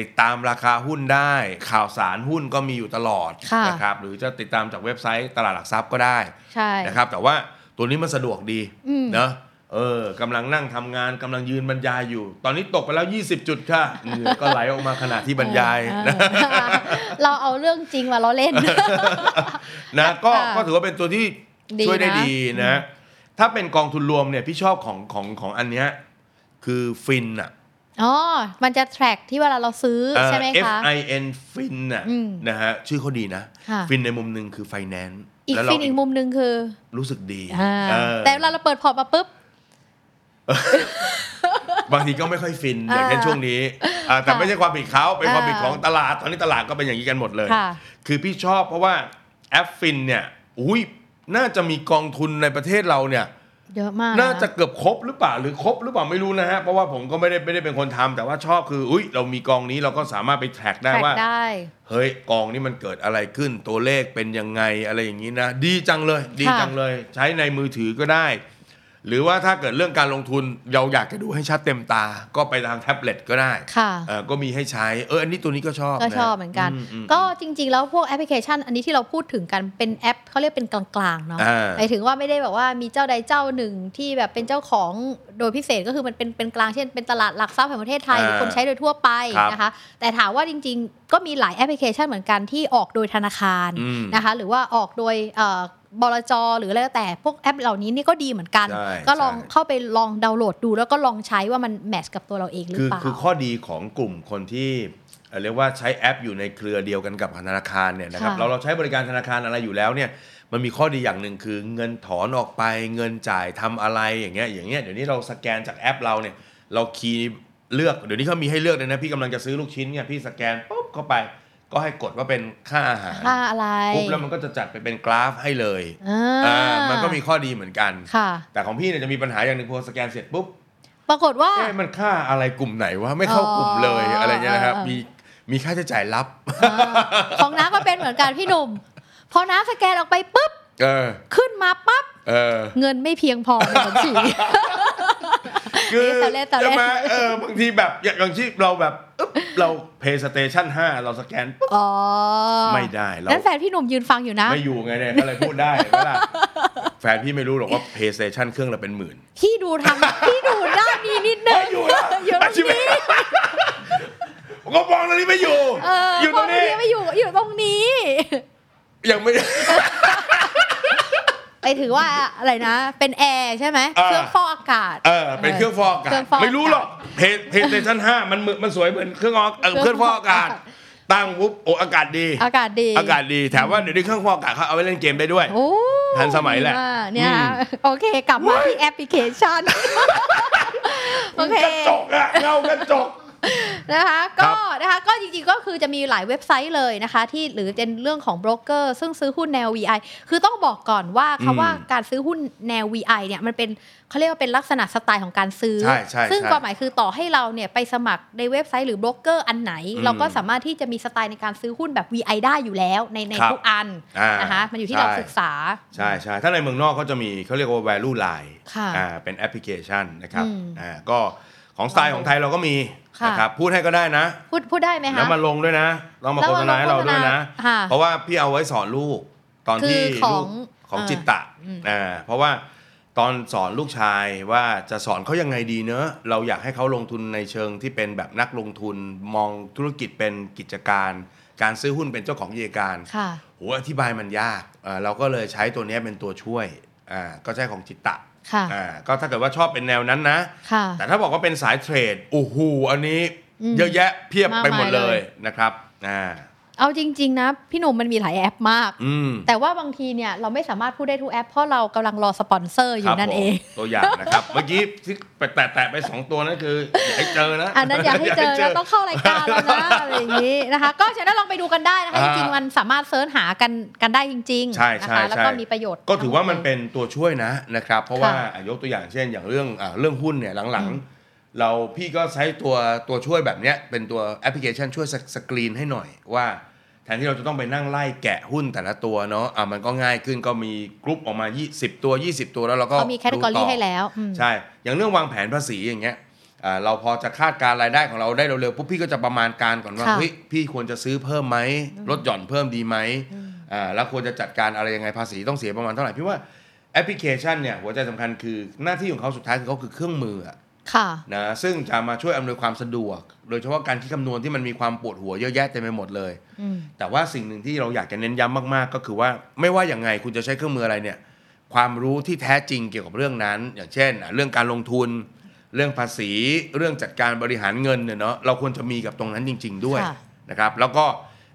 ติดตามราคาหุ้นได้ ข่าวสารหุ้นก็มีอยู่ตลอด
ค่ะ
นะครับหรือจะติดตามจากเว็บไซต์ตลาดหลักทรัพย์ก็ได้
ใช่
นะครับแต่ว่าตัวนี้มันสะดวกดี
อืม
เนอะเออกำลังนั่งทำงานกำลังยืนบรรยายอยู่ ตอนนี้ตกไปแล้ว 20 จุดค่ะเหงื่อก็ไหลออกมาขณะที่บรรยาย
เอ
นะ
อเออเราเอาเรื่องจริงมาล้อ เล่น
นะก็
ค่ะ
ก็ถือว่าเป็นตัวที่
ดี
ช่วยได้
นะ
ดีนะ ถ้าเป็นกองทุนรวมเนี่ยพี่ชอบของของของอันเนี้ยคือฟินอ่ะ
อ๋อ มันจะแทร็กที่เวลาเราซื้อ
เอ่อ
ใช่ไหม
F
คะ
I N ฟินอ่ะ
อืม
นะฮะชื่อเขาดีนะ
ค่ะ
ฟินในมุมหนึ่งคือไฟแนนซ์
อีก
แล้วเรา
ฟินอีกมุมหนึ่งคือ
รู้สึกดี
อ่า
เออ
แต่เวลาเราเปิดพอร์ตมาปุ๊บ
บางทีก็ไม่ค่อยฟินอย่างเช่น
อ่า
ช่วงนี้อ่าแต่
ค่ะ
ไม่ใช่ความผิดเขาเป็นความผิด
อ่า
ของตลาด ตอนนี้ตลาดก็เป็นอย่างนี้กันหมดเลย
ค่ะ
คือพี่ชอบเพราะว่าแอปฟินเนี่ยอุ้ยน่าจะมีกองทุนในประเทศเราเนี่ย
เยอะมาก
น่าจะเกือบครบหรือเปล่าหรือครบหรือเปล่าไม่รู้นะฮะ เพราะว่าผมก็ไม่ได้ไม่ได้เป็นคนทำแต่ว่าชอบคืออุ้ยเรามีกองนี้เราก็สามารถไปแท็กได้
แทร็ก
ว่า
ได้
เฮ้ยกองนี้มันเกิดอะไรขึ้นตัวเลขเป็นยังไงอะไรอย่างนี้นะ ดีจังเลย ดีจังเลย ใช้ในมือถือก็ได้ หรือว่าถ้าเกิดเรื่องการลงทุนเราอยากจะดูให้ชัดเต็มตา ก็ไปทางแท็บเล็ตก็ได้
ค่ะ
เออก็มีให้ใช้เอออันนี้ตัวนี้ก็ชอบ
ก็
นะ
ชอบเหมือนกัน
ม
ก็จริง ๆ แล้วพวกแอปพลิเคชัน อันนี้ที่เราพูดถึงกันเป็นแอปเขาเรียกเป็นกลางๆเนาะ
อ่า
หมายถึงว่าไม่ได้แบบว่ามีเจ้าใดเจ้าหนึ่งที่แบบเป็นเจ้าของโดยพิเศษก็คือมันเป็นเป็นกลางเช่นเป็นตลาดหลักทรัพย์แห่งประเทศไทย
อ่า
หรือคนใช้โดยทั่วไป
ครับ
นะคะ แต่ถามว่าจริง ๆ ก็มีหลายแอปพลิเคชันเหมือนกันที่ออกโดยธนาคาร
อืม
นะคะ หรือว่าออกโดยเอ่อบลจหรืออะไรก็แต่พวกแอปเหล่านี้นี่ก็ดีเหมือนกัน
ใช่
ก็ลอง
ใช่
เข้าไปลองดาวน์โหลดดูแล้วก็ลองใช้ว่ามันแมทช์กับตัวเราเองหรือ
คือ
เปล่า
คือข้อดีของกลุ่มคนที่เอ่อเรียกว่าใช้แอปอยู่ในเครือเดียวกันกับธนาคารเนี่ยนะครับ
ค่ะ
เราเราใช้บริการธนาคารอะไรอยู่แล้วเนี่ยมันมีข้อดีอย่างหนึ่งคือเงินถอนออกไปเงินจ่ายทำอะไรอย่างเงี้ยอย่างเงี้ยเดี๋ยวนี้เราสแกนจากแอปเราเนี่ยเราคีย์เลือกเดี๋ยวนี้เขามีให้เลือกเลยนะพี่กำลังจะซื้อลูกชิ้นเนี่ยพี่สแกนปุ๊บเข้าไป ก็ให้กดว่าเป็นค่าอาหาร
ค่าอะไร
ปุ๊บแล้วมันก็จะจัดไปเป็นกราฟให้เลย
อ่า
อ่ามันก็มีข้อดีเหมือนกัน
ค่ะ
แต่ของพี่เนี่ยจะมีปัญหาอย่างหนึ่งพอสแกนเสร็จปุ๊บ
ปรากฏว่า
เอ๊ะมันค่าอะไรกลุ่มไหนวะไม่เข้ากลุ่มเลย
อ๋ออ
อะไรเงี้ยนะครับ
เออเออ
มีมีค่าใช้จ่ายรับ
อ่าของน้าก็เป็นเหมือนกันพี่หนุ่ม พอน้าสแกนออกไปปุ๊บ
เออ
ขึ้นมาปั๊บ
เออ
เงินไม่เพียงพอในบัญชี
คือ
เอ๊ะแต่เล่นแต่เล่น
ใช่ไหมเออบางทีแบบอย่างอย่างที่เราแบบอึ๊บเรา PlayStation 5 เราสแกนปุ๊บ
อ๋อ
ไม่ได้เรา
แล้วแฟนพี่หนุ่มยืนฟังอยู่นะ
ไม่อยู่ไงเนี่ยก็เลยพูดได้เวลาแฟนพี่ไม่รู้หรอกว่า PlayStation เครื่องละเป็นหมื่น
พี่ดูทำพี่ดูด้านนี้นิดนึง
อยู่แล้ว
อยู่ตรงนี้
ผมก็มองตรงนี้ไม่อยู่
เออ
อยู่ตรงนี้
พอไม่อยู่อยู่ตรงนี้
ยังไม่
ไปถือว่าอะไรนะ เป็นแอร์ใช่ไหม
อ่า
เครื่องฟอกอากาศ
เออเป็นเครื่องฟอกอากาศ
เครื่องฟอกอากาศ
ไม่รู้หรอกเพจเพจเซชันห้ามันเหมือนมันสวยเหมือนเครื่องออกเออเค
เครื่
รื่อ
อง ง
ฟ
ฟ
อ
อก กอา
อาาก
กา
ศ
ศ
ตั้งปุ๊บโออากาศดี
อากาศดี
อากาศดีแถมว่าเดี๋ยวนี้เครื่องฟอกอากาศเขาเอาไว้เล่นเกมได้ด้วย
โอ้
ทันสมัยแหละ
ดีากเนี่ย
อืม
โอเคก ลับมาที่แอปพลิเคชัน โอเค
กระจกอะเงากระจก
นะคะ
ครั
ก็
บ
นะคะก็จริงๆก็คือจะมีหลายเว็บไซต์เลยนะคะ ที่หรือเป็นเรื่องของโบรกเกอร์ซึ่งซื้อหุ้นแนว VI คือต้องบอกก่อนว่า
อืม
คำว่าการซื้อหุ้นแนว VI เนี่ยมันเป็นเขาเรียกว่าเป็นลักษณะสไตล์ของการซื้อ
ใช่ใช่
ซึ่ง
ใช่
ความหมายคือต่อให้เราเนี่ยไปสมัครในเว็บไซต์หรือโบรกเกอร์อันไหน
อืม
เราก็สามารถที่จะมีสไตล์ในการซื้อหุ้นแบบ VI ได้อยู่แล้วในใน
ครับ
ทุกอัน
อ่าน
นะคะมันอยู่ที่
ใช่
เราศึกษา
ใช่ใช่ถ้าในเมืองนอกเขาจะมีเขาเรียกว่า value line
ค่ะ
อ่าเป็นแอปพลิเคชันนะครับ
อืม
อ่าก็ของสไตล์ของไทยเราก็มี
ค่ะ
นะครับพูดให้ก็ได้นะ
พูดพูดได้ไหมคะ
แล้วมาลงด้วยนะต้องมา
แล้ว
โฆ
มา
ษ
ล
ณาง ให้เราด้วยนะ
โฆษณาค่ะ
เพราะว่าพี่เอาไว้สอนลูก ตอนที่
คือของ
ลูกของ
เอ่อ
จิตตะ
อืม
อ่าเพราะว่าตอนสอนลูกชายว่าจะสอนเขายังไงดีเนอะเราอยากให้เขาลงทุนในเชิงที่เป็นแบบนักลงทุนมองธุรกิจเป็นกิจการ การซื้อหุ้นเป็นเจ้าของกิจการ
ค่ะ
โหอธิบายมันยากเอ่อเราก็เลยใช้ตัวเนี้ยเป็นตัวช่วยอ่าก็ใช้ของจิตตะ
ค่ะ
อ่าก็ถ้าเกิดว่าชอบเป็นแนวนั้นนะ
ค่ะ
แต่ถ้าบอกว่าเป็นสายเทรดโอ้โหอันนี้
อืม
เยอะแยะเพียบ
มาก
ไปหมด
มาย
เล
เลย ย
นะครับอ่า
เอาจริง ๆ นะ พี่หนุ่มมันมีหลายแอปมาก
อืม
แต่ว่าบางทีเนี่ยเราไม่สามารถพูดได้ทุกแอป เพราะเรากำลังรอสปอนเซอร์อ
ครั
ยู่
บ
นั่น
ผม
เอง
ตัวอย่างนะครับ เมื่อกี้ที่ไปแตะๆไปสองตัวนั่นคืออย่าให้เจอนะ
อันนั้นอยากให้เจอนะต้องเข้ารายการแล้วนะอะไรอย่างนี้นะคะ ก็ฉะนั้นลองไปดูกันได้นะคะ
อ่า
จริงๆมันสามารถเซิร์ชหากันกันได้จริงๆ
ใช่ใช่
นะคะแล้วก็
ใช่
มีประโยชน์
ก็ถือว่ามันเป็นตัวช่วยนะนะครับ เพราะว่า
ค่ะ
อ่ะยกตัวอย่างเช่นอย่างเรื่องอาเรื่องหุ้นเนี่ยหลังๆ เราพี่ก็ใช้ตัวตัวช่วยแบบเนี้ยเป็นตัวแอปพลิเคชันช่วยสสกรีนให้หน่อยว่า แทนที่เราจะต้องไปนั่งไล่แกะหุ้นแต่ละตัวเนาะอ่ะมันก็ง่ายขึ้นก็มีกรุ๊ปออกมา 20 ตัว 20 ตัวแล้วเราก็
เขามีแคตตาก
ดู
รี
ต่อ
ให้แล้วอืม
ใช่ อย่างเรื่องวางแผนภาษีอย่างเงี้ยอ่าเราพอจะคาดการรายได้ของเราได้เร็วๆปุ๊บพี่ก็จะประมาณการก่อนว่า
ค่ะ
เฮ้ยพี่ควรจะซื้อเพิ่มไหมลดหย่อนเพิ่มดีไหมอ่าแล้วควรจะจัดการอะไรยังไงภาษีต้องเสียประมาณเท่าไหร่พี่ว่าแอปพลิเคชันเนี่ยหัวใจสำคัญคือหน้าที่ของเขาสุดท้ายคือเขาคือเครื่องมืออะ
ค่ะ
นะซึ่งจะมาช่วยอำนวยความสะดวก โดยเฉพาะการคิดคำนวณที่มันมีความปวดหัวเยอะแยะเต็มไปหมดเลย
อืม
แต่ว่าสิ่งหนึ่งที่เราอยากจะเน้นย้ำมากๆ ก็คือว่าไม่ว่าอย่างไงคุณจะใช้เครื่องมืออะไรเนี่ย ความรู้ที่แท้จริงเกี่ยวกับเรื่องนั้น อย่างเช่นอ่ะเรื่องการลงทุน เรื่องภาษี เรื่องจัดการบริหารเงินเนี่ยเนาะเราควรจะมีกับตรงนั้นจริง ๆ ด้วย
ค่ะ
นะครับ แล้วก็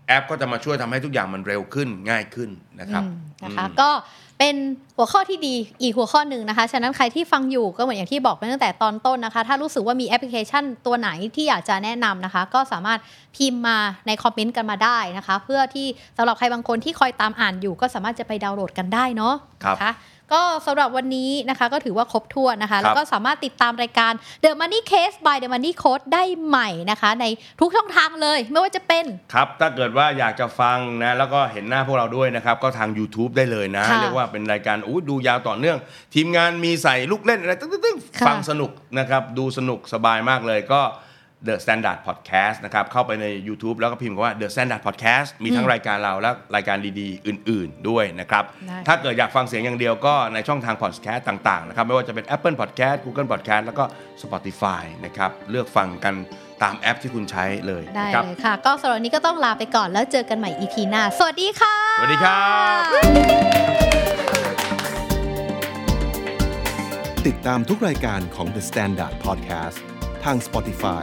แอปก็จะมาช่วยทำให้ทุกอย่างมันเร็วขึ้นง่ายขึ้นนะครับ
อืมนะคะ
อืม
ก็เป็นหัวข้อที่ดีอีกหัวข้อหนึ่งนะคะ ฉะนั้นใครที่ฟังอยู่ก็เหมือนอย่างที่บอกไปตั้งแต่ตอนต้นนะคะ ถ้ารู้สึกว่ามีแอปพลิเคชันตัวไหนที่อยากจะแนะนำนะคะ ก็สามารถพิมพ์มาในคอมเมนต์กันมาได้นะคะ เพื่อที่สำหรับใครบางคนที่คอยตามอ่านอยู่ ก็สามารถจะไปดาวน์โหลดกันได้เนาะ
ครับ
นะะก็สำหรับวันนี้นะคะก็ถือว่าครบถ้วนนะคะ แล้วก็สามารถติดตามรายการ The Money Case by The Money Code ได้ใหม่นะคะ ในทุกช่องทางเลยไม่ว่าจะเป็น
ครับ ถ้าเกิดว่าอยากจะฟังนะ แล้วก็เห็นหน้าพวกเราด้วยนะครับ ก็ทาง YouTube ได้เลยนะ
ค่ะ
เรียกว่าเป็นรายการอู้ดูยาวต่อเนื่อง ทีมงานมีใส่ลูกเล่นอะไรตึ้งตึ้งๆๆ
ค่ะ
ฟังสนุกนะครับ ดูสนุกสบายมากเลยก็ The Standard Podcast นะครับ เข้าไปใน YouTube แล้วก็พิมพ์คำว่า The Standard Podcast มีทั้งรายการเราและรายการดีๆ อื่น ๆ ด้วยนะครับ
ได้
ถ้าเกิดอยากฟังเสียงอย่างเดียวก็ในช่องทาง Podcast ต่าง ๆ นะครับ ไม่ว่าจะเป็น Apple Podcast Google Podcast แล้วก็ Spotify นะครับเลือกฟังกันตามแอปที่คุณใช้เลย
ได้
นะครับ
เลยค่ะ ก็สำหรับวันนี้ก็ต้องลาไปก่อนแล้วเจอกันใหม่ EP หน้า สวัสดีค่ะ
สวัสดีครับ
ติดตามทุกรายการของ The Standard Podcast ทาง Spotify,